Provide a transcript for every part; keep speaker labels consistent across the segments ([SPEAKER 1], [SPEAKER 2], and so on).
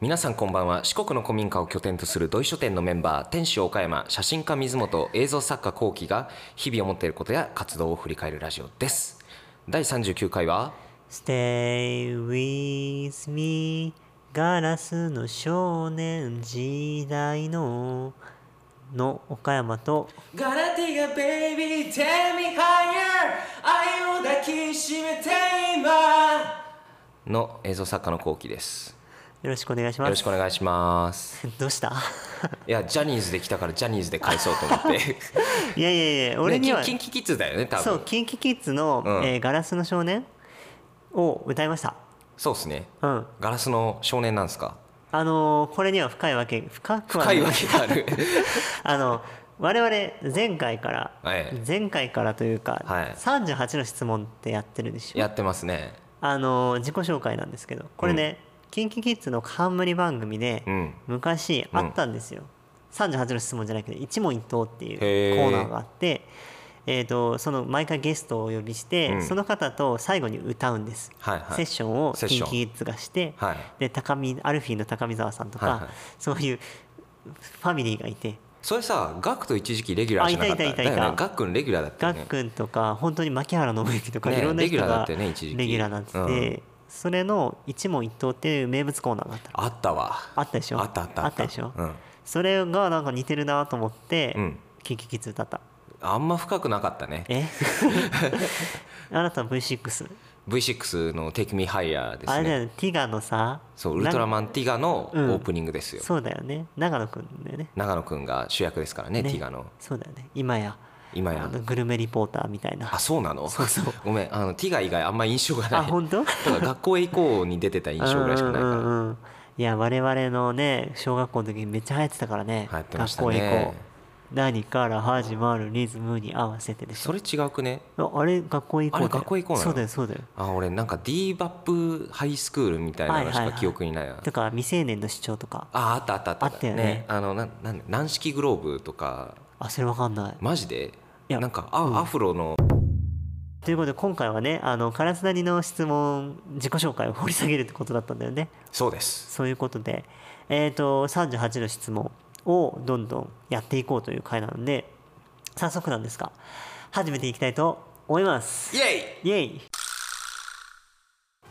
[SPEAKER 1] 皆さんこんばんは四国の古民家を拠点とする土井書店のメンバー店主岡山写真家水本映像作家幸喜が日々思っていることや活動を振り返るラジオです第39回は
[SPEAKER 2] Stay with me ガラスの少年時代のの岡山と
[SPEAKER 1] ガラティガベイビー Take me higher 愛を抱きしめて今の映像作家の幸喜です
[SPEAKER 2] よろしくお願いし
[SPEAKER 1] よ
[SPEAKER 2] ま
[SPEAKER 1] ろし
[SPEAKER 2] す
[SPEAKER 1] くお願いします
[SPEAKER 2] どうした
[SPEAKER 1] いやジャニーズで来たからジャニーズで返そうと思って
[SPEAKER 2] いやいやいや 俺には、
[SPEAKER 1] ねキンキンキキッズだよね多分
[SPEAKER 2] そう KinKiKids の、
[SPEAKER 1] うん
[SPEAKER 2] えーガラスの少年」を歌いました
[SPEAKER 1] そうですね
[SPEAKER 2] うん
[SPEAKER 1] ガラスの少年なんですか
[SPEAKER 2] あのーこれには深いわけ深くはな
[SPEAKER 1] 深いわけがある
[SPEAKER 2] あの我々前回から、
[SPEAKER 1] はい
[SPEAKER 2] 前回からというか、
[SPEAKER 1] はい
[SPEAKER 2] 38の質問ってやってるでし ょ
[SPEAKER 1] やってますね
[SPEAKER 2] あの自己紹介なんですけどこれね、KinKiKids の冠番組で
[SPEAKER 1] うん
[SPEAKER 2] 昔あったんですよ、38の質問じゃないけど一問一答っていうコ
[SPEAKER 1] へー
[SPEAKER 2] ーナーがあって、えー、とその毎回ゲストをお呼びして、
[SPEAKER 1] うん
[SPEAKER 2] その方と最後に歌うんです、
[SPEAKER 1] はいはい
[SPEAKER 2] セッションを
[SPEAKER 1] セッション
[SPEAKER 2] KinKiKids がして、
[SPEAKER 1] はい
[SPEAKER 2] で高見アルフィーの高見沢さんとか、
[SPEAKER 1] はいはい
[SPEAKER 2] そういうファミリーがいて
[SPEAKER 1] それさガクと一時期レギュラーじゃなかった
[SPEAKER 2] あいたいたいたいた
[SPEAKER 1] だよねガックンレギュラーだった
[SPEAKER 2] ガ
[SPEAKER 1] よ
[SPEAKER 2] ッ
[SPEAKER 1] ね
[SPEAKER 2] クンとか本当に牧原信之とか
[SPEAKER 1] ね
[SPEAKER 2] いろんな
[SPEAKER 1] レギ
[SPEAKER 2] 人
[SPEAKER 1] ュラーだ
[SPEAKER 2] が
[SPEAKER 1] ったよね一時期
[SPEAKER 2] レギュラーになっててそれの一問一答っていう名物コーナーがあった
[SPEAKER 1] あったわ
[SPEAKER 2] あったでしょ
[SPEAKER 1] あったあった
[SPEAKER 2] あったでしょ
[SPEAKER 1] うん、
[SPEAKER 2] それがなんか似てるなと思って
[SPEAKER 1] うん
[SPEAKER 2] キンキキッズ 歌った
[SPEAKER 1] あんま深くなかったね
[SPEAKER 2] え あなたは V6
[SPEAKER 1] V6 の「Take Me Higher」です
[SPEAKER 2] あれだ
[SPEAKER 1] ね
[SPEAKER 2] よねティガのさ
[SPEAKER 1] そうウルトラ
[SPEAKER 2] マ
[SPEAKER 1] マンティガのオ
[SPEAKER 2] うん
[SPEAKER 1] ープニングですよ、
[SPEAKER 2] そうだよね長野くんだよね
[SPEAKER 1] 長野くんが主役ですからね
[SPEAKER 2] ね
[SPEAKER 1] ティガの
[SPEAKER 2] そうだよね今や
[SPEAKER 1] 今や
[SPEAKER 2] あのグルメリポーターみたいな
[SPEAKER 1] あそうなの ごめんあのティガ以外あんま印象がない
[SPEAKER 2] あ本
[SPEAKER 1] だ
[SPEAKER 2] 当
[SPEAKER 1] から学校へ行こうに出てた印象ぐらいしかないか
[SPEAKER 2] うんうんうんいや我々のね小学校の時めっちゃ流行ってたからね
[SPEAKER 1] 流行ってました
[SPEAKER 2] 学
[SPEAKER 1] ね
[SPEAKER 2] 校へ行こう何から始まるリズムに合わせてで
[SPEAKER 1] ら
[SPEAKER 2] し
[SPEAKER 1] そ
[SPEAKER 2] ょ
[SPEAKER 1] れ違うくね
[SPEAKER 2] ああれ学校へ行こうだよ
[SPEAKER 1] あれ学校へ行こうなの
[SPEAKER 2] そうだよそうだよ
[SPEAKER 1] あ俺なんか d バップハイスクールみたいなのし
[SPEAKER 2] はいは
[SPEAKER 1] か
[SPEAKER 2] いはい
[SPEAKER 1] 記憶にないな、
[SPEAKER 2] とか未成年の主張とか
[SPEAKER 1] ああったあったあった
[SPEAKER 2] あったよね
[SPEAKER 1] あのなんなん軟式グローブとか
[SPEAKER 2] あそれわかんない
[SPEAKER 1] マジで
[SPEAKER 2] いや
[SPEAKER 1] なんかあ、
[SPEAKER 2] うん
[SPEAKER 1] アフロの
[SPEAKER 2] ということで今回はねあのカラスなりの質問自己紹介を掘り下げるってことだったんだよね
[SPEAKER 1] そうです
[SPEAKER 2] そういうことでえっ、と38の質問をどんどんやっていこうという回なので早速なんですが始めていきたいと思います
[SPEAKER 1] イエイ
[SPEAKER 2] イエイ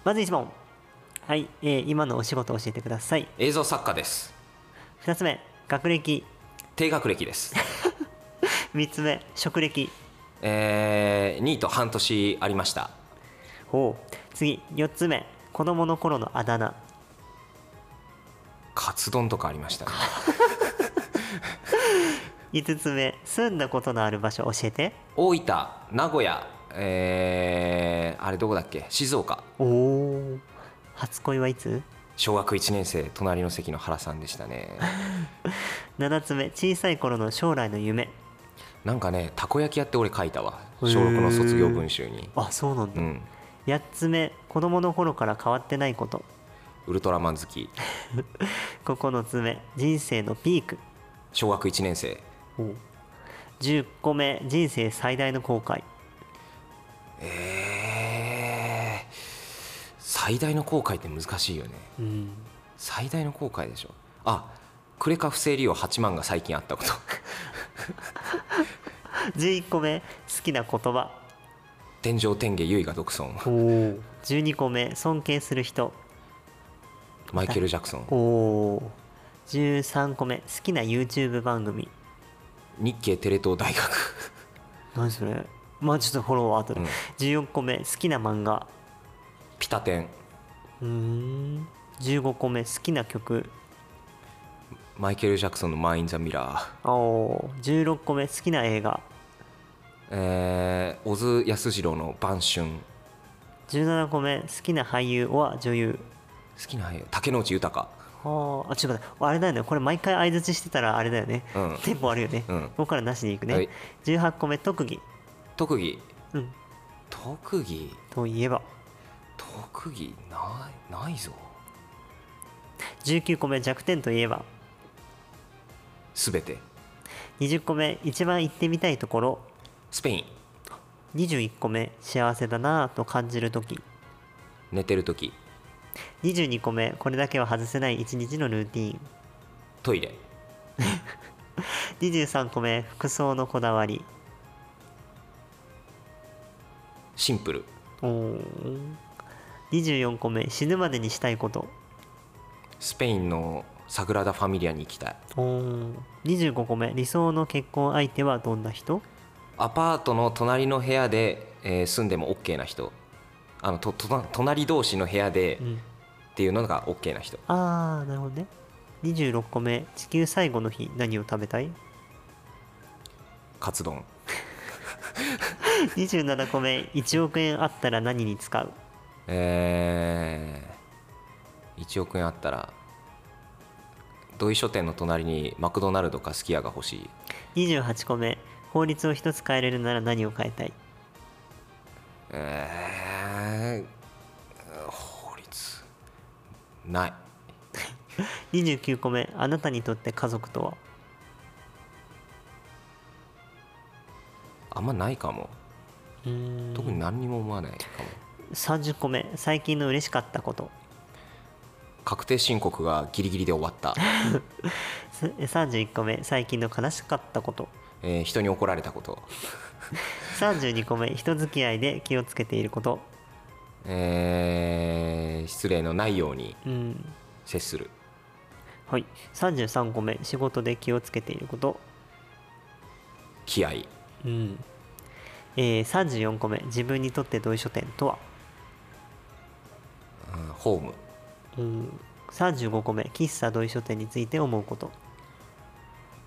[SPEAKER 2] まず1問はい、えー今のお仕事を教えてください
[SPEAKER 1] 映像作家です
[SPEAKER 2] 2つ目学歴
[SPEAKER 1] 低学歴です
[SPEAKER 2] 3つ目職歴
[SPEAKER 1] えー、ニート半年ありました
[SPEAKER 2] 次4つ目子供の頃のあだ名
[SPEAKER 1] カツ丼とかありましたね
[SPEAKER 2] 5つ目住んだことのある場所教えて
[SPEAKER 1] 大分名古屋えー、あれどこだっけ静岡
[SPEAKER 2] おお初恋はいつ
[SPEAKER 1] 小学1年生隣の席の原さんでしたね
[SPEAKER 2] 7つ目小さい頃の将来の夢
[SPEAKER 1] なんかねたこ焼き屋って俺書いたわ
[SPEAKER 2] へ
[SPEAKER 1] 小
[SPEAKER 2] ー
[SPEAKER 1] 6の卒業文集に
[SPEAKER 2] あそうなん
[SPEAKER 1] う
[SPEAKER 2] だ、
[SPEAKER 1] ん
[SPEAKER 2] 8つ目子供の頃から変わってないこと
[SPEAKER 1] ウルトラマン好き
[SPEAKER 2] 9つ目人生のピーク
[SPEAKER 1] 小学1年生
[SPEAKER 2] 10個目人生最大の後悔
[SPEAKER 1] えー、最大の後悔って難しいよね
[SPEAKER 2] うん
[SPEAKER 1] 最大の後悔でしょあクレカ不正利用8万が最近あったこと
[SPEAKER 2] 11個目好きな言葉
[SPEAKER 1] 天井天下唯我独尊
[SPEAKER 2] 12個目尊敬する人
[SPEAKER 1] マイケル・ジャクソン
[SPEAKER 2] 13個目好きな YouTube 番組
[SPEAKER 1] 日系テレ東大学
[SPEAKER 2] 何それまあちょっとフォローは後で、
[SPEAKER 1] うん
[SPEAKER 2] 14個目好きな漫画
[SPEAKER 1] ピタテン
[SPEAKER 2] うーん15個目好きな曲
[SPEAKER 1] マイケル・ジャクソンの「マイン・ザ・ミラー
[SPEAKER 2] おー16個目好きな映画」
[SPEAKER 1] えー、小津安二郎の「晩春」
[SPEAKER 2] 17個目好きな俳優は女優
[SPEAKER 1] 好きな俳優竹野内豊
[SPEAKER 2] はああちょっと待ってあれだよねこれ毎回相づちしてたらあれだよね、
[SPEAKER 1] うん
[SPEAKER 2] テンポあるよね、
[SPEAKER 1] うん
[SPEAKER 2] ここからなしでいくね、
[SPEAKER 1] はい
[SPEAKER 2] 18個目特技
[SPEAKER 1] 特技
[SPEAKER 2] うん
[SPEAKER 1] 特技
[SPEAKER 2] といえば
[SPEAKER 1] 特技ないないぞ
[SPEAKER 2] 19個目弱点といえば
[SPEAKER 1] 全て
[SPEAKER 2] 20個目一番行ってみたいところ
[SPEAKER 1] スペイン
[SPEAKER 2] 21個目幸せだなぁと感じる時
[SPEAKER 1] 寝てる時
[SPEAKER 2] 22個目これだけは外せない一日のルーティーン
[SPEAKER 1] トイレ
[SPEAKER 2] 23個目服装のこだわり
[SPEAKER 1] シンプル
[SPEAKER 2] おー24個目死ぬまでにしたいこと
[SPEAKER 1] スペインのサグラダ・ファミリアに行きたい
[SPEAKER 2] おー25個目理想の結婚相手はどんな人
[SPEAKER 1] アパートの隣の部屋で、えー住んでも OK な人あのととな隣同士の部屋で、
[SPEAKER 2] うん
[SPEAKER 1] っていうのが OK な人
[SPEAKER 2] あーなるほどね26個目地球最後の日何を食べたい
[SPEAKER 1] カツ丼
[SPEAKER 2] 27個目1億円あったら何に使う
[SPEAKER 1] えー、1億円あったら土井書店の隣にマクドナルドかすき家が欲しい
[SPEAKER 2] 28個目法律を一つ変えれるなら何を変えたい
[SPEAKER 1] えー、法律ない
[SPEAKER 2] 29個目あなたにとって家族とは
[SPEAKER 1] あんまないかも
[SPEAKER 2] うーん
[SPEAKER 1] 特に何にも思わないかも、
[SPEAKER 2] 30個目最近の嬉しかったこと
[SPEAKER 1] 確定申告がギリギリで終わった、
[SPEAKER 2] す31個目最近の悲しかったこと
[SPEAKER 1] えー人に怒られたこと
[SPEAKER 2] 32個目人付き合いで気をつけていること
[SPEAKER 1] えー失礼のないように
[SPEAKER 2] うん
[SPEAKER 1] 接する
[SPEAKER 2] はい33個目仕事で気をつけていること
[SPEAKER 1] 気合
[SPEAKER 2] うん、えー、34個目自分にとって同意書店とは、
[SPEAKER 1] うんホーム
[SPEAKER 2] うん、35個目喫茶同意書店について思うこと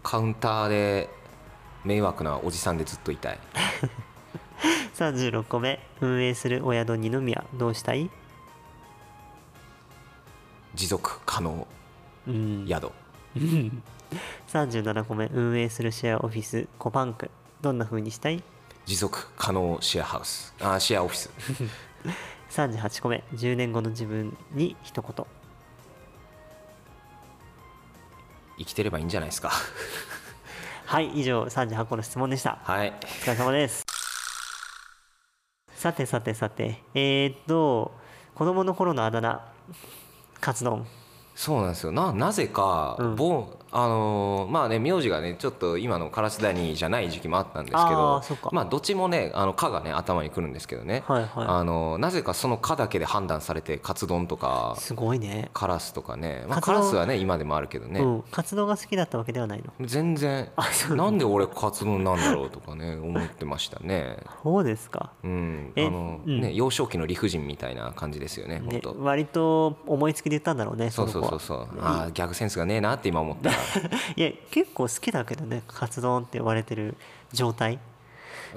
[SPEAKER 1] カウンターで迷惑なおじさんでずっといたい
[SPEAKER 2] 36個目運営するお宿二宮どうしたい、
[SPEAKER 1] 持続可能
[SPEAKER 2] うん、
[SPEAKER 1] 宿
[SPEAKER 2] 37個目運営するシェアオフィスコバンクどんな風にしたい
[SPEAKER 1] 持続可能シェアハウスあーシェアオフィス
[SPEAKER 2] 38個目10年後の自分に一言
[SPEAKER 1] 生きてればいいんじゃないですか
[SPEAKER 2] はい以上38個の質問でした
[SPEAKER 1] はい
[SPEAKER 2] お疲れ様ですさてさてさてえー、っと子供の頃のあだ名カツ丼
[SPEAKER 1] そうなんですよななぜか、
[SPEAKER 2] うん
[SPEAKER 1] ぼあのーまあね名字がねちょっと今の烏谷じゃない時期もあったんですけ
[SPEAKER 2] あー
[SPEAKER 1] ど
[SPEAKER 2] そっか
[SPEAKER 1] まあどっちもね「あのか」がね頭にくるんですけどね、
[SPEAKER 2] はいはい
[SPEAKER 1] あのーなぜかその「か」だけで判断されてカツ丼とか
[SPEAKER 2] すごいね
[SPEAKER 1] カラスとかね、まあ、
[SPEAKER 2] カツ
[SPEAKER 1] カ
[SPEAKER 2] 丼
[SPEAKER 1] ラスはね今でもあるけどね、
[SPEAKER 2] うん、活動が好きだったわけではないの
[SPEAKER 1] 全然 なんで俺カツ丼なんだろうとかね思ってましたね
[SPEAKER 2] そうですか、
[SPEAKER 1] うんあ
[SPEAKER 2] え
[SPEAKER 1] の
[SPEAKER 2] うん
[SPEAKER 1] ね幼少期の理不尽みたいな感じですよね本
[SPEAKER 2] ね、
[SPEAKER 1] 当
[SPEAKER 2] 割と思いつきで言ったんだろうね
[SPEAKER 1] そう
[SPEAKER 2] の
[SPEAKER 1] そう
[SPEAKER 2] 子
[SPEAKER 1] そう
[SPEAKER 2] は
[SPEAKER 1] そうああギャグセンスがねえなって今思った
[SPEAKER 2] いや結構好きだけどね活動って呼ばれてる状態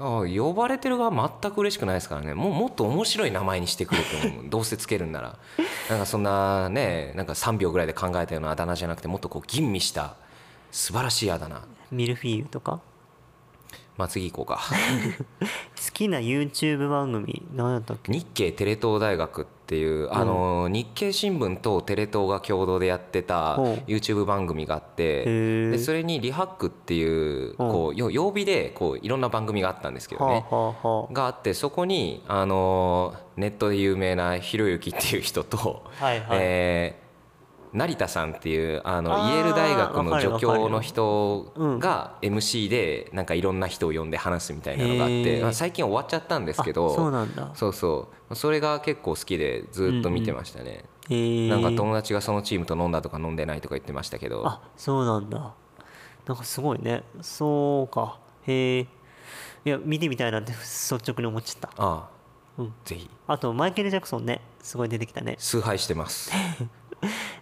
[SPEAKER 1] ああ呼ばれてる側全く嬉しくないですからねもうもっと面白い名前にしてくれと 思うどうせつけるんならなんかそんなねなんか3秒ぐらいで考えたようなあだ名じゃなくてもっとこう吟味した素晴らしいあだ名
[SPEAKER 2] ミルフィーユとか
[SPEAKER 1] まあ次行こうか
[SPEAKER 2] 好きな YouTube 番組何だったっけ
[SPEAKER 1] 日経テレ東大学っていうあの日経新聞とテレ東が共同でやってた
[SPEAKER 2] ほう
[SPEAKER 1] YouTube 番組があって
[SPEAKER 2] へ
[SPEAKER 1] で
[SPEAKER 2] え
[SPEAKER 1] それに「リハック」っていう
[SPEAKER 2] うん
[SPEAKER 1] こうよ曜日でこういろんな番組があったんですけど
[SPEAKER 2] は
[SPEAKER 1] ね
[SPEAKER 2] あはあは
[SPEAKER 1] があってそこにあのーネットで有名なひろゆきっていう人と
[SPEAKER 2] あはいはい、
[SPEAKER 1] えー成田さんっていうあの
[SPEAKER 2] あー
[SPEAKER 1] イェール大学の
[SPEAKER 2] わかる
[SPEAKER 1] 助
[SPEAKER 2] わかる
[SPEAKER 1] 教の人
[SPEAKER 2] うん
[SPEAKER 1] が MC でなんかいろんな人を呼んで話すみたいなのがあっ
[SPEAKER 2] へ
[SPEAKER 1] て
[SPEAKER 2] ー
[SPEAKER 1] まあ最近終わっちゃったんですけ
[SPEAKER 2] あそう
[SPEAKER 1] ど
[SPEAKER 2] なんだ
[SPEAKER 1] そうそうそれが結構好きでずっと見てましたね
[SPEAKER 2] えー、
[SPEAKER 1] なんか友達がそのチームと飲んだとか飲んでないとか言ってましたけど
[SPEAKER 2] あそうなんだなんかすごいねそうかへえいや見てみたいなって率直に思っちゃった
[SPEAKER 1] ああ、
[SPEAKER 2] うん
[SPEAKER 1] ぜひ
[SPEAKER 2] あとマイケル・ジャクソンねすごい出てきたね
[SPEAKER 1] 崇拝してます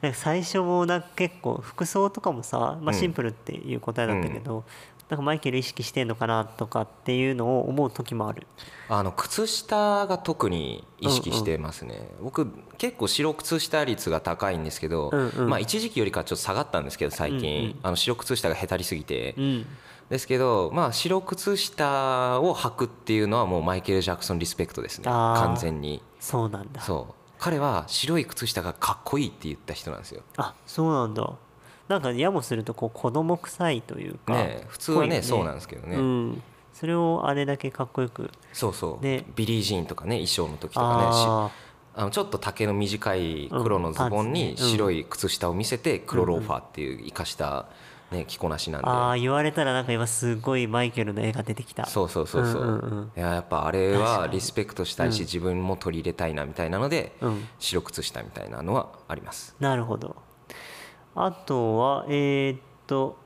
[SPEAKER 2] なんか最初もなんか結構服装とかもさ、まあ、シンプルっていう答えだったけど、なんかマイケル意識してんのかなとかっていうのを思う時もある
[SPEAKER 1] あの靴下が特に意識してますね、僕結構白靴下率が高いんですけど、
[SPEAKER 2] うんうん
[SPEAKER 1] まあ、一時期よりかはちょっと下がったんですけど最近、あの白靴下がへたりすぎて、
[SPEAKER 2] うん
[SPEAKER 1] ですけど、まあ、白靴下を履くっていうのはもうマイケル・ジャクソンリスペクトですね
[SPEAKER 2] あー
[SPEAKER 1] 完全に
[SPEAKER 2] そうなんだ
[SPEAKER 1] そう彼は白い靴下がかっこいいって言った人なんですよ
[SPEAKER 2] あそうなんだなんかやもするとこう子供臭いというか、
[SPEAKER 1] ねえ普通はね
[SPEAKER 2] ぽいよ
[SPEAKER 1] そうなんですけどね
[SPEAKER 2] うん、それをあれだけかっこよく
[SPEAKER 1] そうそう、
[SPEAKER 2] ね
[SPEAKER 1] ビリー・ジーンとかね衣装の時とかねし
[SPEAKER 2] ああ
[SPEAKER 1] あのちょっと丈の短い黒のズボン
[SPEAKER 2] うん
[SPEAKER 1] に
[SPEAKER 2] パンツねうん
[SPEAKER 1] 白い靴下を見せて黒ローファーっていう生かした、ね、着こなしなんで
[SPEAKER 2] ああ言われたらなんか今すごいマイケルの絵が出てきた
[SPEAKER 1] そうそうそうそう,、
[SPEAKER 2] うんうんうん
[SPEAKER 1] いややっぱあれ
[SPEAKER 2] 確か
[SPEAKER 1] は
[SPEAKER 2] に
[SPEAKER 1] リスペクトしたいし、自分も取り入れたいなみたいなので、
[SPEAKER 2] うん
[SPEAKER 1] 白靴下みたいなのはあります
[SPEAKER 2] なるほどあとはえーっと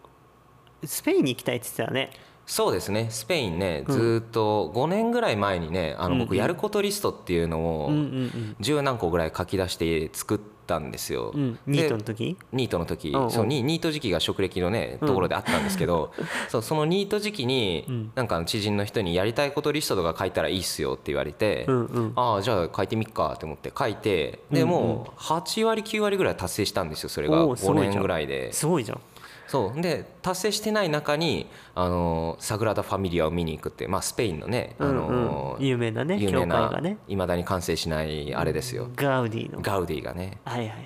[SPEAKER 2] スペインに行きたいって言ってたね
[SPEAKER 1] そうですねスペインねずーっと5年ぐらい前にねあの
[SPEAKER 2] うんう
[SPEAKER 1] 僕
[SPEAKER 2] ん
[SPEAKER 1] やることリストっていうのを
[SPEAKER 2] うんうん
[SPEAKER 1] 十何個ぐらい書き出して作ったんですよ、
[SPEAKER 2] うんうんニートの時
[SPEAKER 1] ニートの時
[SPEAKER 2] うんうん
[SPEAKER 1] そうニニート時期が職歴のねところであったんですけ ど、そうそのニート時期に、
[SPEAKER 2] うん
[SPEAKER 1] なんか知人の人にやりたいことリストとか書いたらいいっすよって言われて、
[SPEAKER 2] うんうん
[SPEAKER 1] ああじゃあ書いてみっかと思って書いてで
[SPEAKER 2] うんうん
[SPEAKER 1] もう8割9割ぐらい達成したんですよそれが
[SPEAKER 2] おーすご
[SPEAKER 1] 5
[SPEAKER 2] いじゃん
[SPEAKER 1] 年ぐらいです
[SPEAKER 2] ごいじゃん
[SPEAKER 1] そうで達成してない中にあのサグラダ・ファミリアを見に行くって、まあ、スペインのね、あ
[SPEAKER 2] うん
[SPEAKER 1] の
[SPEAKER 2] うん有名なね
[SPEAKER 1] 有名
[SPEAKER 2] 教会
[SPEAKER 1] な
[SPEAKER 2] がね
[SPEAKER 1] いまだに完成しないあれですよ、
[SPEAKER 2] ガウディの
[SPEAKER 1] ガウディがね
[SPEAKER 2] はいはいはい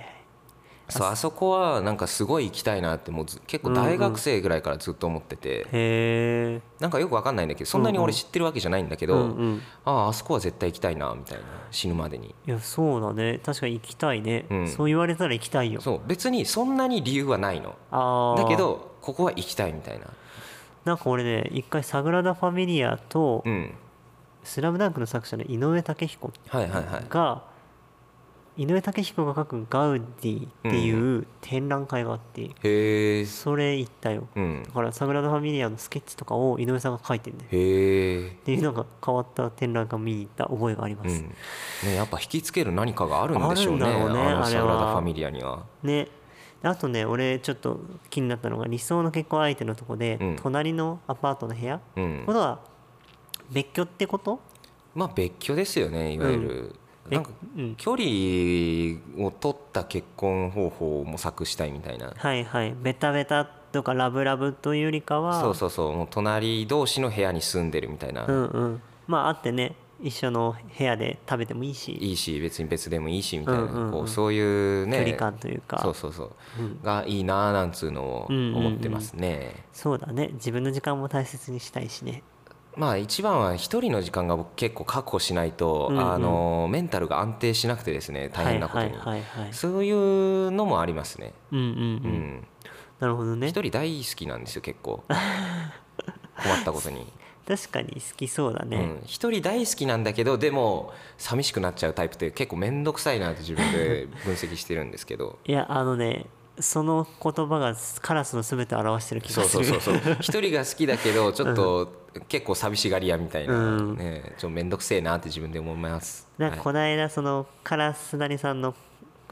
[SPEAKER 1] そうあそこはなんかすごい行きたいなってもうず結構大学生ぐらいからずっと思ってて、
[SPEAKER 2] へえ
[SPEAKER 1] なんかよくわかんないんだけどそんなに俺知ってるわけじゃないんだけ
[SPEAKER 2] う
[SPEAKER 1] ど、
[SPEAKER 2] んうん
[SPEAKER 1] あああそこは絶対行きたいなみたいな死ぬまでに
[SPEAKER 2] いやそうだね確かに行きたいね、
[SPEAKER 1] うん
[SPEAKER 2] そう言われたら行きたいよ
[SPEAKER 1] そう別にそんなに理由はないの
[SPEAKER 2] あー
[SPEAKER 1] だけどここは行きたいみたいな
[SPEAKER 2] なんか俺ね一回「サグラダ・ファミリア」と
[SPEAKER 1] うん
[SPEAKER 2] 「スラムダンクの作者の井上武彦
[SPEAKER 1] はいはいはい
[SPEAKER 2] が井上武彦が書く「ガウディ」っていう展覧会があって、
[SPEAKER 1] へえ
[SPEAKER 2] それ行ったよ
[SPEAKER 1] うん
[SPEAKER 2] だから「サグラダ・ファミリア」のスケッチとかを井上さんが書いてるんだよ
[SPEAKER 1] へえ
[SPEAKER 2] っていうなんか変わった展覧会見に行った覚えがありま
[SPEAKER 1] う
[SPEAKER 2] す、
[SPEAKER 1] んね、やっぱ引きつける何かがあるんでしょうね
[SPEAKER 2] あるんだろうね
[SPEAKER 1] あの
[SPEAKER 2] あれ
[SPEAKER 1] サ
[SPEAKER 2] は
[SPEAKER 1] グラダ・ファミリアには
[SPEAKER 2] ねあとね俺ちょっと気になったのが理想の結婚相手のとこで、
[SPEAKER 1] うん
[SPEAKER 2] 隣のアパートの部屋、
[SPEAKER 1] うん
[SPEAKER 2] これは別居ってこと
[SPEAKER 1] まあ別居ですよねいわゆる、なんか
[SPEAKER 2] うん
[SPEAKER 1] 距離を取った結婚方法を模索したいみたいな
[SPEAKER 2] はいはいベタベタとかラブラブというよりかは
[SPEAKER 1] そうそうそうもう隣同士の部屋に住んでるみたいな、
[SPEAKER 2] うんうんまああってね一緒の部屋で食べてもいいし
[SPEAKER 1] いいし別に別でもいいしみたいな、
[SPEAKER 2] うんうんうん
[SPEAKER 1] こうそういうね
[SPEAKER 2] 距離感というか
[SPEAKER 1] そうそうそう、がいいなあなんつうのを思ってますね、
[SPEAKER 2] そうだね自分の時間も大切にしたいしね
[SPEAKER 1] まあ一番は一人の時間が僕結構確保しないと、
[SPEAKER 2] うんうん
[SPEAKER 1] あのメンタルが安定しなくてですね大変なことに、
[SPEAKER 2] はいはいはいはい
[SPEAKER 1] そういうのもありますね
[SPEAKER 2] うんうんう、
[SPEAKER 1] うんん
[SPEAKER 2] なるほどね
[SPEAKER 1] 一人大好きなんですよ結 構困ったことに
[SPEAKER 2] 確かに好きそうだ
[SPEAKER 1] う
[SPEAKER 2] ね、
[SPEAKER 1] ん一、人大好きなんだけどでも寂しくなっちゃうタイプって結構面倒くさいなって自分 で分析してるんですけど
[SPEAKER 2] いやあのねその言葉がカラスの全てを表してる気
[SPEAKER 1] そ
[SPEAKER 2] が
[SPEAKER 1] う
[SPEAKER 2] す
[SPEAKER 1] そう
[SPEAKER 2] る
[SPEAKER 1] そうそう 一人が好きだけどちょっと結構寂しがり屋みたいな、
[SPEAKER 2] うん
[SPEAKER 1] ね、ちょっと面倒くせえなって自分で思います。
[SPEAKER 2] なんか
[SPEAKER 1] はい
[SPEAKER 2] この間そのカラスなりさんの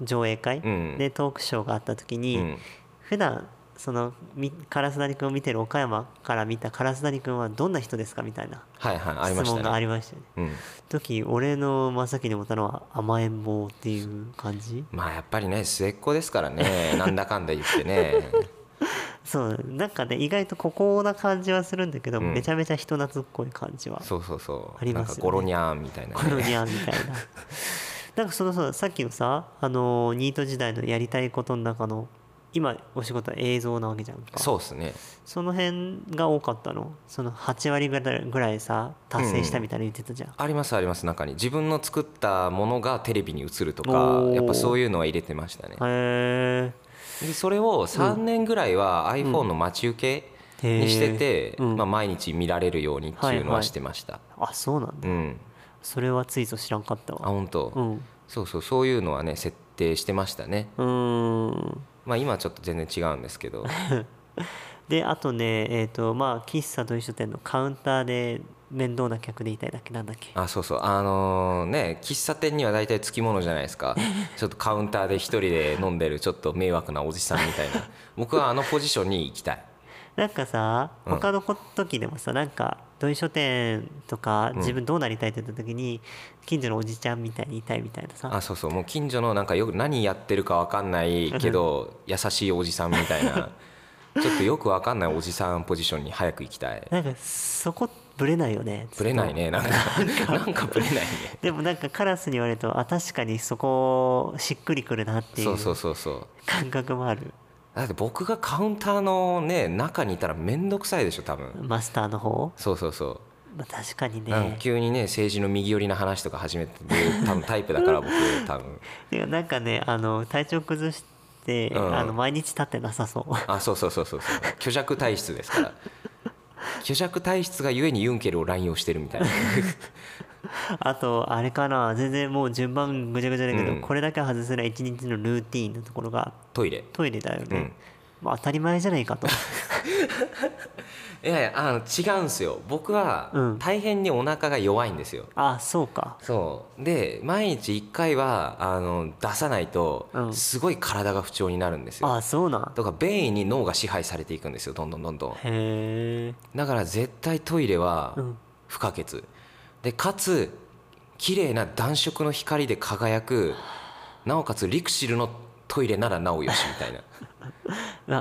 [SPEAKER 2] 上映会
[SPEAKER 1] うん
[SPEAKER 2] でトークショーがあった時に、
[SPEAKER 1] うん
[SPEAKER 2] 普段そのみカラスなりくんを見てる岡山から見たカラスなりくんはどんな人ですかみたいな
[SPEAKER 1] はいはいあり
[SPEAKER 2] 質
[SPEAKER 1] ました
[SPEAKER 2] 問があ
[SPEAKER 1] ね。
[SPEAKER 2] りましたよね。
[SPEAKER 1] うん
[SPEAKER 2] 時俺の真っ先に思ったのは甘えん坊っていう感じ
[SPEAKER 1] まあやっぱりね末っ子ですから ねなんだかんだ言ってね
[SPEAKER 2] そうなんかね意外と孤高な感じはするんだけど、
[SPEAKER 1] うん
[SPEAKER 2] めちゃめちゃ人懐っこい感じは
[SPEAKER 1] そうそうそう
[SPEAKER 2] あり
[SPEAKER 1] な
[SPEAKER 2] ま
[SPEAKER 1] ん
[SPEAKER 2] すよね
[SPEAKER 1] かゴロニャーみたいな、
[SPEAKER 2] コロニャンみ たいななんかそのささっきのさあのーニート時代のやりたいことの中の今お仕事は映像なわけじゃんか
[SPEAKER 1] そうですね
[SPEAKER 2] その辺が多かったのその8割ぐらいぐらいさ達成したみたいに言ってたじゃん、
[SPEAKER 1] ありますあります中に自分の作ったものがテレビに映るとか
[SPEAKER 2] おー
[SPEAKER 1] やっぱそういうのは入れてましたね
[SPEAKER 2] へ
[SPEAKER 1] でそれを3年ぐらいは iPhone の待ち受け
[SPEAKER 2] へー
[SPEAKER 1] にしてて、
[SPEAKER 2] うん
[SPEAKER 1] まあ、毎日見られるようにっていうの
[SPEAKER 2] はいは
[SPEAKER 1] はいしてました、
[SPEAKER 2] ーあそうなん
[SPEAKER 1] う
[SPEAKER 2] だ
[SPEAKER 1] ん
[SPEAKER 2] それはついぞ知らんかった
[SPEAKER 1] あ
[SPEAKER 2] わ
[SPEAKER 1] 本当、
[SPEAKER 2] うんう
[SPEAKER 1] そうそうそういうのはね設定してましたね
[SPEAKER 2] ーん
[SPEAKER 1] まあ今はちょっと全然違うんですけ ど
[SPEAKER 2] であとねえっ、とまあ喫茶と一緒店のカウンターで面倒な客でいたいだっけなんだっけ
[SPEAKER 1] あそうそうあのね喫茶店には大体つきものじゃないです かちょっとカウンターで一人で飲んでるちょっと迷惑なおじさんみたいな僕はあのポジションに行きたい
[SPEAKER 2] なんかさ
[SPEAKER 1] うん
[SPEAKER 2] 他のこ時でもさ、なんか土井書店とか自分どうなりたいって言った時に、近所のおじちゃんみたいにいたいみたいなさ
[SPEAKER 1] あそうそうもう近所のなんかよく何やってるかわかんないけど優しいおじさんみたい なちょっとよくわかんないおじさんポジションに早く行きたい
[SPEAKER 2] なんかそこぶれないよね
[SPEAKER 1] ぶれないねなんかなんかぶれないね
[SPEAKER 2] でもなんかカラスに言われるとあ確かにそこしっくりくるなってい
[SPEAKER 1] そううそうそうそう
[SPEAKER 2] 感覚もある
[SPEAKER 1] だって僕がカウンターのね中にいたら面倒くさいでしょ多分
[SPEAKER 2] マスターの方
[SPEAKER 1] そうそうそう
[SPEAKER 2] まあ、確かに
[SPEAKER 1] なんか
[SPEAKER 2] ね
[SPEAKER 1] 急にね政治の右寄りな話とか始めてる多分タイプだから 僕多分
[SPEAKER 2] でもなんかねあの体調崩して、
[SPEAKER 1] うん
[SPEAKER 2] あの毎日立ってなさそう
[SPEAKER 1] あそうそうそうそうそう虚弱体質ですから虚弱体質がゆえにユンケルを乱用してるみ たいな
[SPEAKER 2] あとあれかな全然もう順番ぐちゃぐちゃだけど、
[SPEAKER 1] うん
[SPEAKER 2] これだけ外せない一日のルーティーンのところが
[SPEAKER 1] トイレ
[SPEAKER 2] トイレだよね、
[SPEAKER 1] うん
[SPEAKER 2] まあ、当たり前じゃない かと
[SPEAKER 1] いやいやあの違うんですよ僕
[SPEAKER 2] う
[SPEAKER 1] は
[SPEAKER 2] ん
[SPEAKER 1] 大変にお腹が弱いんですよ、
[SPEAKER 2] あそうか
[SPEAKER 1] そうで毎日1回はあの出さないと
[SPEAKER 2] うん
[SPEAKER 1] すごい体が不調になるんですよ、
[SPEAKER 2] あそうなん
[SPEAKER 1] とか便意に脳が支配されていくんですよどんどんどんどん
[SPEAKER 2] へえ
[SPEAKER 1] だから絶対トイレは
[SPEAKER 2] うん
[SPEAKER 1] 不可欠、でかつ綺麗な暖色の光で輝くなおかつリクシルのトイレならなおよしみたいな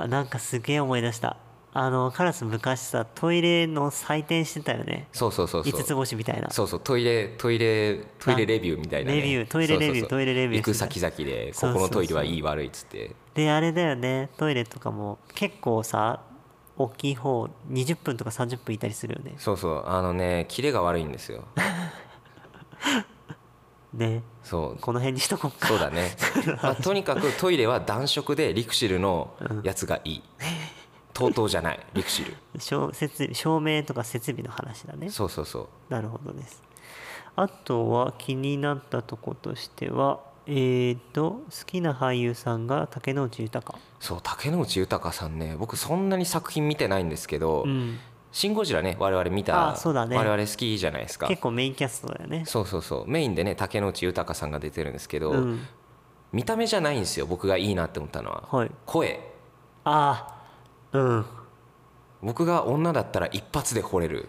[SPEAKER 2] うわなんかすげえ思い出したあのカラス昔さトイレの採点してたよね
[SPEAKER 1] そうそうそうそう
[SPEAKER 2] 5つ星みた いな
[SPEAKER 1] そうそうトイレトイレトイレレビューみたいな、ね、
[SPEAKER 2] レビュートイレレ
[SPEAKER 1] そうそう
[SPEAKER 2] ビュー
[SPEAKER 1] そう
[SPEAKER 2] トイレレビュー
[SPEAKER 1] 行く先々でここのトイレはいい悪いっつって
[SPEAKER 2] であれだよねトイレとかも結構さ大きい方20分とか30分いたりするよね
[SPEAKER 1] そうそうあのねキレが悪いんですよ
[SPEAKER 2] ね
[SPEAKER 1] そう
[SPEAKER 2] この辺にしとこうか
[SPEAKER 1] そうだ ね、まあ、とにかくトイレは暖色でリクシルのやつがいい TOTO、じゃないリクシル
[SPEAKER 2] 照設備照明とか設備の話だね
[SPEAKER 1] そうそうそう
[SPEAKER 2] なるほどですあとは気になったとことしてはえーと好きな俳優さんが竹野内豊
[SPEAKER 1] そう竹野内豊さんね僕そんなに作品見てないんですけど「
[SPEAKER 2] うん
[SPEAKER 1] シン・ゴジラね」我々見
[SPEAKER 2] あ
[SPEAKER 1] た
[SPEAKER 2] そうだね
[SPEAKER 1] 我々好きじゃないですか
[SPEAKER 2] 結構メインキャストだよね
[SPEAKER 1] そうそうそうメインでね竹野内豊さんが出てるんですけど、
[SPEAKER 2] うん
[SPEAKER 1] 見た目じゃないんですよ僕がいいなって思ったのは、
[SPEAKER 2] はい
[SPEAKER 1] 声
[SPEAKER 2] ああうん
[SPEAKER 1] 僕が女だったら一発で惚れる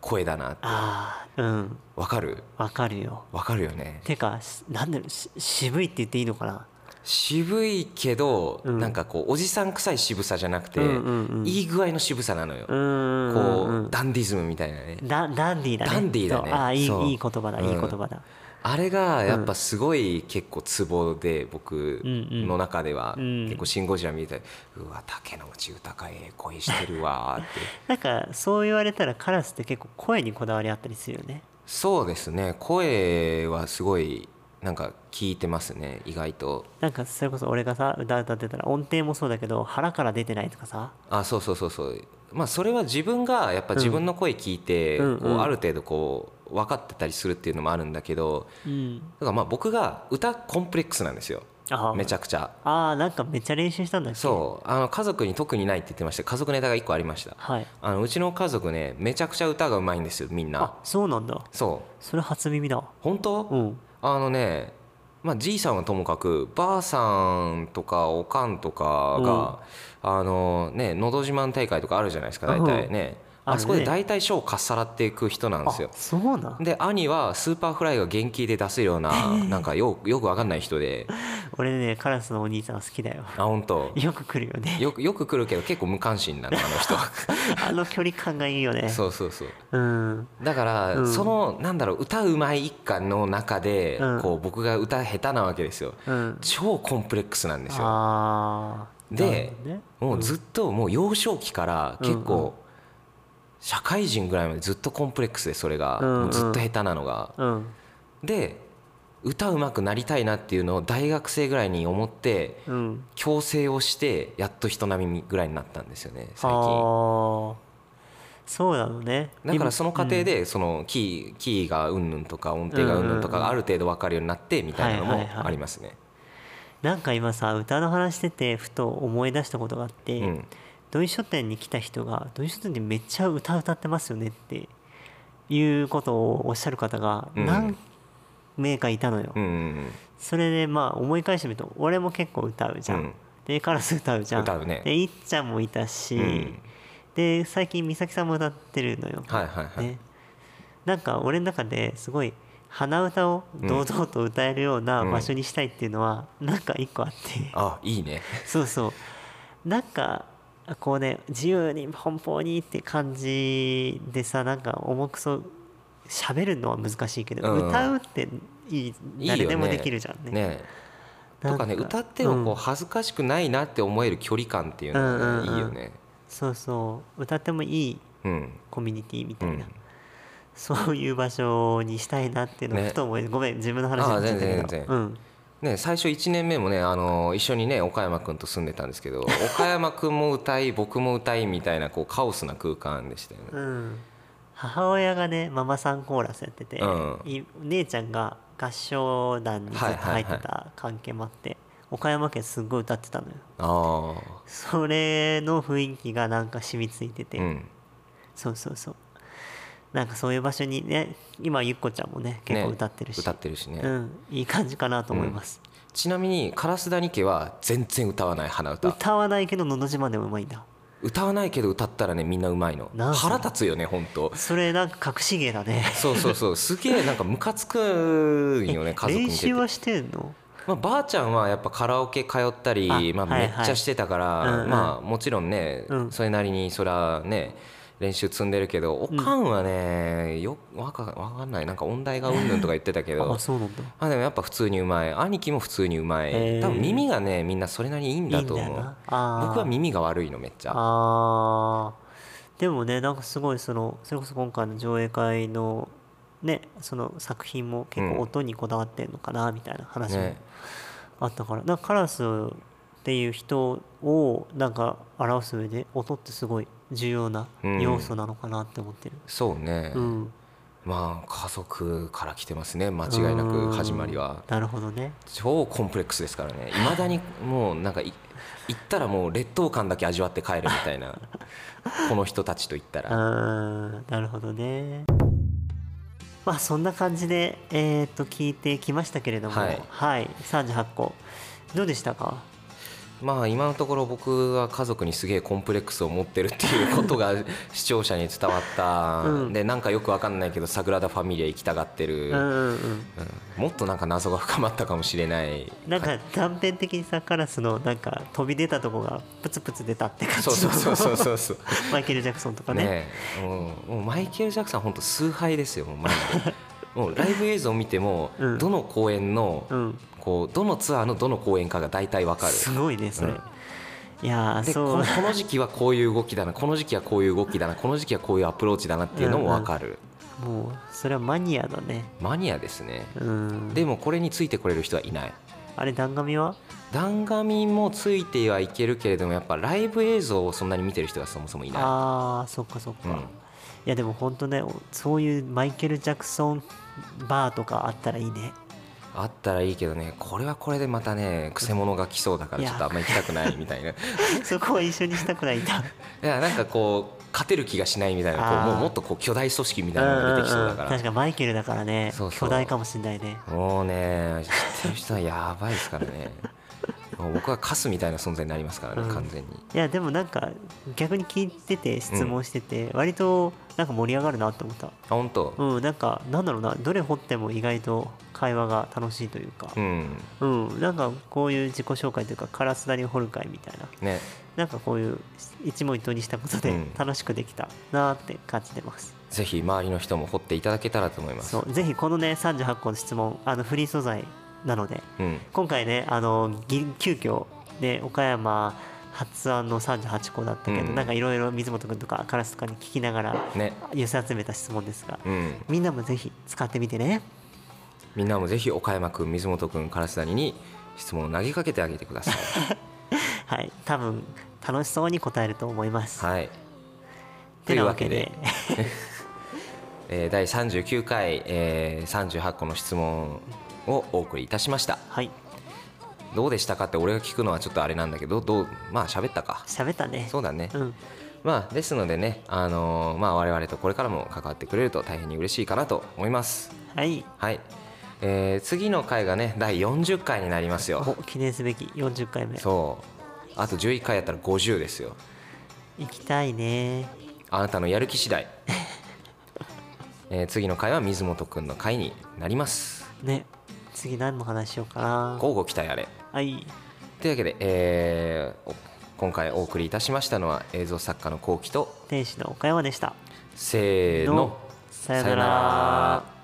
[SPEAKER 1] 声だな
[SPEAKER 2] ああうん
[SPEAKER 1] わかる
[SPEAKER 2] わかるよ
[SPEAKER 1] わかるよね
[SPEAKER 2] てかしなんだろうし渋いって言っていいのかな
[SPEAKER 1] 渋いけど、
[SPEAKER 2] うん
[SPEAKER 1] なんかこうおじさん臭い渋さじゃなくて、
[SPEAKER 2] うんうんうん
[SPEAKER 1] いい具合の渋さなのよ、
[SPEAKER 2] うんうん
[SPEAKER 1] こう、
[SPEAKER 2] うんうん
[SPEAKER 1] ダンディズムみたいなね
[SPEAKER 2] ダダンディーだね
[SPEAKER 1] ダンディーだね
[SPEAKER 2] そうああいいいい
[SPEAKER 1] そう
[SPEAKER 2] 言葉だいい
[SPEAKER 1] うん
[SPEAKER 2] 言葉だ、
[SPEAKER 1] あれがやっぱすごい結構ツボで僕
[SPEAKER 2] うんうん
[SPEAKER 1] の中では
[SPEAKER 2] うん
[SPEAKER 1] 結構「シン・ゴジラ」見て「うわ竹野内豊ええ恋してるわ」って
[SPEAKER 2] なんかそう言われたらカラスって結構声にこだわりあったりするよね
[SPEAKER 1] そうですね声はすごいなんか聞いてますね意外と
[SPEAKER 2] なんかそれこそ俺がさ歌歌ってたら音程もそうだけど腹から出てないとかさ
[SPEAKER 1] あそうそうそうそうまあそれは自分がやっぱ自分の声聞いて
[SPEAKER 2] うん
[SPEAKER 1] こ
[SPEAKER 2] うん
[SPEAKER 1] う
[SPEAKER 2] うん
[SPEAKER 1] ある程度こう分かってたりするっていうのもあるんだけど
[SPEAKER 2] うん
[SPEAKER 1] だからまあ僕が歌コンプレックスなんですよ
[SPEAKER 2] あ
[SPEAKER 1] めち
[SPEAKER 2] ゃ
[SPEAKER 1] ゃくちゃ
[SPEAKER 2] あーなんかめっちゃ練習したんだっけう
[SPEAKER 1] そうあの家族に特にないって言ってました家族ネタが1個ありました
[SPEAKER 2] はい
[SPEAKER 1] あのうちの家族ねめちゃくちゃ歌がうまいんですよみんな
[SPEAKER 2] あそうなんだ
[SPEAKER 1] そう
[SPEAKER 2] それ初耳だ
[SPEAKER 1] 本当、
[SPEAKER 2] うん
[SPEAKER 1] あのねまあじいさんはともかくばあさんとかおかんとかが、あのね「のど自慢大会」とかあるじゃないですか大体ね、
[SPEAKER 2] うんある
[SPEAKER 1] あ
[SPEAKER 2] ね
[SPEAKER 1] そこで大体賞をかっさらっていく人なんで
[SPEAKER 2] あ
[SPEAKER 1] すよ
[SPEAKER 2] そうなん
[SPEAKER 1] で兄はスーパーフライが元気で出す ようななんかよよくわかんない人で
[SPEAKER 2] 俺ねカラスのお兄さん好きだよ
[SPEAKER 1] あ本当
[SPEAKER 2] よく来る よね
[SPEAKER 1] よくよく来るけど結構無関心な のあの人
[SPEAKER 2] あの距離感がいいよね
[SPEAKER 1] そうそうそう
[SPEAKER 2] うん
[SPEAKER 1] だから、
[SPEAKER 2] うん
[SPEAKER 1] そのなんだろう歌うまい一家の中で、
[SPEAKER 2] うん
[SPEAKER 1] こう僕が歌下手なわけですよ
[SPEAKER 2] うん
[SPEAKER 1] 超コンプレックスなんですよ
[SPEAKER 2] ああ
[SPEAKER 1] で
[SPEAKER 2] ね、
[SPEAKER 1] もうずっともう幼少期から結
[SPEAKER 2] うんう
[SPEAKER 1] 構社会人ぐらいまでずっとコンプレックスでそれが
[SPEAKER 2] うんうん
[SPEAKER 1] もうずっと下手なのが
[SPEAKER 2] うん
[SPEAKER 1] で歌うまくなりたいなっていうのを大学生ぐらいに思って
[SPEAKER 2] うん
[SPEAKER 1] 強制をしてやっと人並みぐらいになったんですよね最近
[SPEAKER 2] ああそうなのね
[SPEAKER 1] だから
[SPEAKER 2] 今
[SPEAKER 1] その過程でそのキーキーがうんぬんとか音程がうんぬんとかがある程度分かるようになってみたいなの
[SPEAKER 2] はいはい
[SPEAKER 1] も
[SPEAKER 2] はい
[SPEAKER 1] ありますね
[SPEAKER 2] なんか今さ歌の話しててふと思い出したことがあって、
[SPEAKER 1] うん
[SPEAKER 2] 土井書店に来た人が「土井書店でめっちゃ歌歌ってますよね」っていうことをおっしゃる方が
[SPEAKER 1] うん
[SPEAKER 2] 何名かいたのよ、
[SPEAKER 1] うんうん
[SPEAKER 2] それでまあ思い返してみると俺も結構歌うじゃん、
[SPEAKER 1] うん
[SPEAKER 2] でカラス歌うじゃん
[SPEAKER 1] 歌うね
[SPEAKER 2] でいっちゃんもいたし、
[SPEAKER 1] うん
[SPEAKER 2] で最近美咲さんも歌ってるのよ、
[SPEAKER 1] はいはいはい
[SPEAKER 2] ね、なんか俺の中ですごい鼻歌を堂々と歌えるような
[SPEAKER 1] うん
[SPEAKER 2] 場所にしたいっていうのはなんか一個あって、
[SPEAKER 1] あいいね
[SPEAKER 2] そうそうなんかこうね自由に奔放にって感じでさなんか重くそ喋るのは難しいけど、
[SPEAKER 1] うん
[SPEAKER 2] 歌うっていい
[SPEAKER 1] いいよね
[SPEAKER 2] 誰でもできるじゃんね。
[SPEAKER 1] ね
[SPEAKER 2] なん
[SPEAKER 1] とかね歌ってもこう恥ずかしくないなって思える距離感っていうのがね
[SPEAKER 2] うんうんうん
[SPEAKER 1] いいよね
[SPEAKER 2] そうそう歌ってもいい
[SPEAKER 1] うん
[SPEAKER 2] コミュニティみたいな、
[SPEAKER 1] うん
[SPEAKER 2] そういう場所にしたいなっていうのを
[SPEAKER 1] ね
[SPEAKER 2] ふと思い、ごめん自分の話に
[SPEAKER 1] あ
[SPEAKER 2] な
[SPEAKER 1] あ
[SPEAKER 2] っちゃったけど
[SPEAKER 1] 全然全然
[SPEAKER 2] うん、
[SPEAKER 1] ね、最初1年目もねあの一緒にね岡山君と住んでたんですけ ど岡山君も歌い僕も歌いみたいなこうカオスな空間でしたよね。
[SPEAKER 2] うん、母親がねママさんコーラスやってて、
[SPEAKER 1] うん
[SPEAKER 2] い姉ちゃんが合唱団にずっと入って
[SPEAKER 1] はいは
[SPEAKER 2] た関係もあって、岡山県すっごい歌ってたのよ
[SPEAKER 1] あ
[SPEAKER 2] それの雰囲気がなんか染みついてて、
[SPEAKER 1] ーうん
[SPEAKER 2] そうそうそうなんかそういう場所にね今ゆっこちゃんもね結構歌ってるし、
[SPEAKER 1] ね、歌ってるしね、
[SPEAKER 2] うん、いい感じかなと思います、
[SPEAKER 1] ちなみに烏谷家は全然歌わない鼻歌
[SPEAKER 2] 歌わないけど「のど自慢」でもうまいんだ
[SPEAKER 1] 歌わないけど歌ったらねみんなうまいの
[SPEAKER 2] なんすか
[SPEAKER 1] 腹立つよね本当
[SPEAKER 2] それなんか隠し芸だね
[SPEAKER 1] そうそうそうすげえなんかムカつくんよね家族見
[SPEAKER 2] 練
[SPEAKER 1] てて
[SPEAKER 2] 習はしてんの
[SPEAKER 1] まあ、ばあちゃんはやっぱカラオケ通ったり
[SPEAKER 2] あ
[SPEAKER 1] まあ、
[SPEAKER 2] はい
[SPEAKER 1] めっ
[SPEAKER 2] はい
[SPEAKER 1] ちゃしてたから、
[SPEAKER 2] うんうん
[SPEAKER 1] まあ、もちろんね、
[SPEAKER 2] うん
[SPEAKER 1] それなりにそらね練習積んでるけどおかんはねよわかわかんないなんか音大がうんぬんとか言ってたけど
[SPEAKER 2] あそうなんだ
[SPEAKER 1] あでもやっぱ普通にうまい兄貴も普通にうま
[SPEAKER 2] へ
[SPEAKER 1] い
[SPEAKER 2] ー
[SPEAKER 1] 多分耳がねみんなそれなりにいいんだと思う
[SPEAKER 2] いいんだよなあー
[SPEAKER 1] 僕は耳が悪いのめっちゃ
[SPEAKER 2] あーでもねなんかすごいそのそれこそ今回の上映会のねその作品も結
[SPEAKER 1] うん
[SPEAKER 2] 構音にこだわってるのかなみたいな話も
[SPEAKER 1] ね
[SPEAKER 2] あったから、なんかカラスっていう人をなんか表す上で音ってすごい重要な
[SPEAKER 1] うん
[SPEAKER 2] 要素なのかなって思ってる、
[SPEAKER 1] そうね、
[SPEAKER 2] うん、
[SPEAKER 1] まあ家族から来てますね間違いなく始まりは
[SPEAKER 2] うんなるほどね
[SPEAKER 1] 超コンプレックスですからねいまだにもうなんかい行ったらもう劣等感だけ味わって帰るみたい なこの人たちと行ったら
[SPEAKER 2] あーなるほどねまあそんな感じでえーっと聞いてきましたけれども
[SPEAKER 1] はい
[SPEAKER 2] はい、38個どうでしたか
[SPEAKER 1] まあ今のところ僕は家族にすげえコンプレックスを持ってるっていうこと が視聴者に伝わった、
[SPEAKER 2] うん
[SPEAKER 1] でなんかよくわかんないけどサグラダ・ファミリア行きたがってる、
[SPEAKER 2] うんうんうん
[SPEAKER 1] うんもっとなんか謎が深まったかもしれない
[SPEAKER 2] なんか断片的にさカラスのなんか飛び出たとこがプツプツ出たって感じ
[SPEAKER 1] そ
[SPEAKER 2] の
[SPEAKER 1] うそうそうそうそうそう
[SPEAKER 2] マイケル・ジャクソンとかね
[SPEAKER 1] ねえもうもうマイケル・ジャクソン本当崇拝ですよもうマジでもうライブ映像を見ても、
[SPEAKER 2] うん
[SPEAKER 1] どの公演の、
[SPEAKER 2] うん
[SPEAKER 1] こうどのツアーのどの公演かが大体わかる
[SPEAKER 2] すごいねそれ、
[SPEAKER 1] うん
[SPEAKER 2] いやー
[SPEAKER 1] でこ
[SPEAKER 2] そう
[SPEAKER 1] のこの時期はこういう動きだなこの時期はこういう動きだなこの時期はこういうアプローチだなっていうのもわかる、
[SPEAKER 2] もうそれはマニアだね
[SPEAKER 1] マニアですね
[SPEAKER 2] うん
[SPEAKER 1] でもこれについてこれる人はいない
[SPEAKER 2] あれ弾紙は
[SPEAKER 1] 弾紙もついてはいけるけれどもやっぱライブ映像をそんなに見てる人がそもそもいな
[SPEAKER 2] あーそっかそっか、
[SPEAKER 1] うん
[SPEAKER 2] いやでも本当ねおそういうマイケル・ジャクソンバーとかあったらいい ね
[SPEAKER 1] いあったらいいけどねこれはこれでまたねくせ者が来そうだからちょっとあんま行きたくないみたい ない
[SPEAKER 2] そこは一緒にしたくないんだ
[SPEAKER 1] やなんかこう勝てる気がしないみたいなこう
[SPEAKER 2] あー
[SPEAKER 1] もうもっとこう巨大組織み
[SPEAKER 2] う
[SPEAKER 1] たい
[SPEAKER 2] んう
[SPEAKER 1] なのが
[SPEAKER 2] んう
[SPEAKER 1] 出
[SPEAKER 2] ん
[SPEAKER 1] てきそうだから
[SPEAKER 2] 確かマイケルだからね
[SPEAKER 1] そうそう
[SPEAKER 2] 巨大かもしんないね
[SPEAKER 1] もうね知ってる人はやばいですからねもう僕はカスみたいな存在になりますからね、
[SPEAKER 2] うん
[SPEAKER 1] 完全に
[SPEAKER 2] いやでもなんか逆に聞いてて質問してて、割となんか盛り上がるなって思った
[SPEAKER 1] あ本当
[SPEAKER 2] うんなんかなんだろうなどれ掘っても意外と会話が楽しいというか
[SPEAKER 1] うん、
[SPEAKER 2] うん、なんかこういう自己紹介というかカラス谷掘る会みたいな
[SPEAKER 1] ね
[SPEAKER 2] なんかこういう一問一答にしたことで
[SPEAKER 1] うん
[SPEAKER 2] 楽しくできたなーって感じてます、
[SPEAKER 1] ぜひ周りの人も掘っていただけたらと思います
[SPEAKER 2] そうぜひこのね38個の質問あのフリー素材なので
[SPEAKER 1] うん
[SPEAKER 2] 今回ねあのぎ急遽ね岡山発案の38個だったけど、
[SPEAKER 1] うん
[SPEAKER 2] なんかいろいろ水本君とかカラスとかに聞きながら
[SPEAKER 1] ね
[SPEAKER 2] 寄せ集めた質問ですが、
[SPEAKER 1] うん
[SPEAKER 2] みんなもぜひ使ってみてね
[SPEAKER 1] みんなもぜひ岡山君水本君烏谷に質問を投げかけてあげてください
[SPEAKER 2] はい多分楽しそうに答えると思います、
[SPEAKER 1] はい
[SPEAKER 2] てなわけで
[SPEAKER 1] というわえー第39回、えー38個の質問をお送りいたしました
[SPEAKER 2] はい
[SPEAKER 1] どうでしたかって俺が聞くのはちょっとあれなんだけどどうまあ喋ったか
[SPEAKER 2] 喋ったね
[SPEAKER 1] そうだね、
[SPEAKER 2] うん
[SPEAKER 1] まあ、ですのでね、あのーまあ、我々とこれからも関わってくれると大変に嬉しいかなと思います。
[SPEAKER 2] はい
[SPEAKER 1] はい、えー次の回がね第40回になります
[SPEAKER 2] お
[SPEAKER 1] よ。
[SPEAKER 2] 記念すべき40回目
[SPEAKER 1] そうあと11回やったら50ですよ。
[SPEAKER 2] 行きたいね
[SPEAKER 1] あなたのやる気次第 えー次の回は水本くんの回になります。
[SPEAKER 2] ね次何の話しようかな
[SPEAKER 1] 交互期待あれ。
[SPEAKER 2] はい
[SPEAKER 1] というわけで、えーお今回お送りいたしましたのは映像作家のこうきと
[SPEAKER 2] 天使の岡山でした
[SPEAKER 1] せーの
[SPEAKER 2] のさよなら
[SPEAKER 1] なら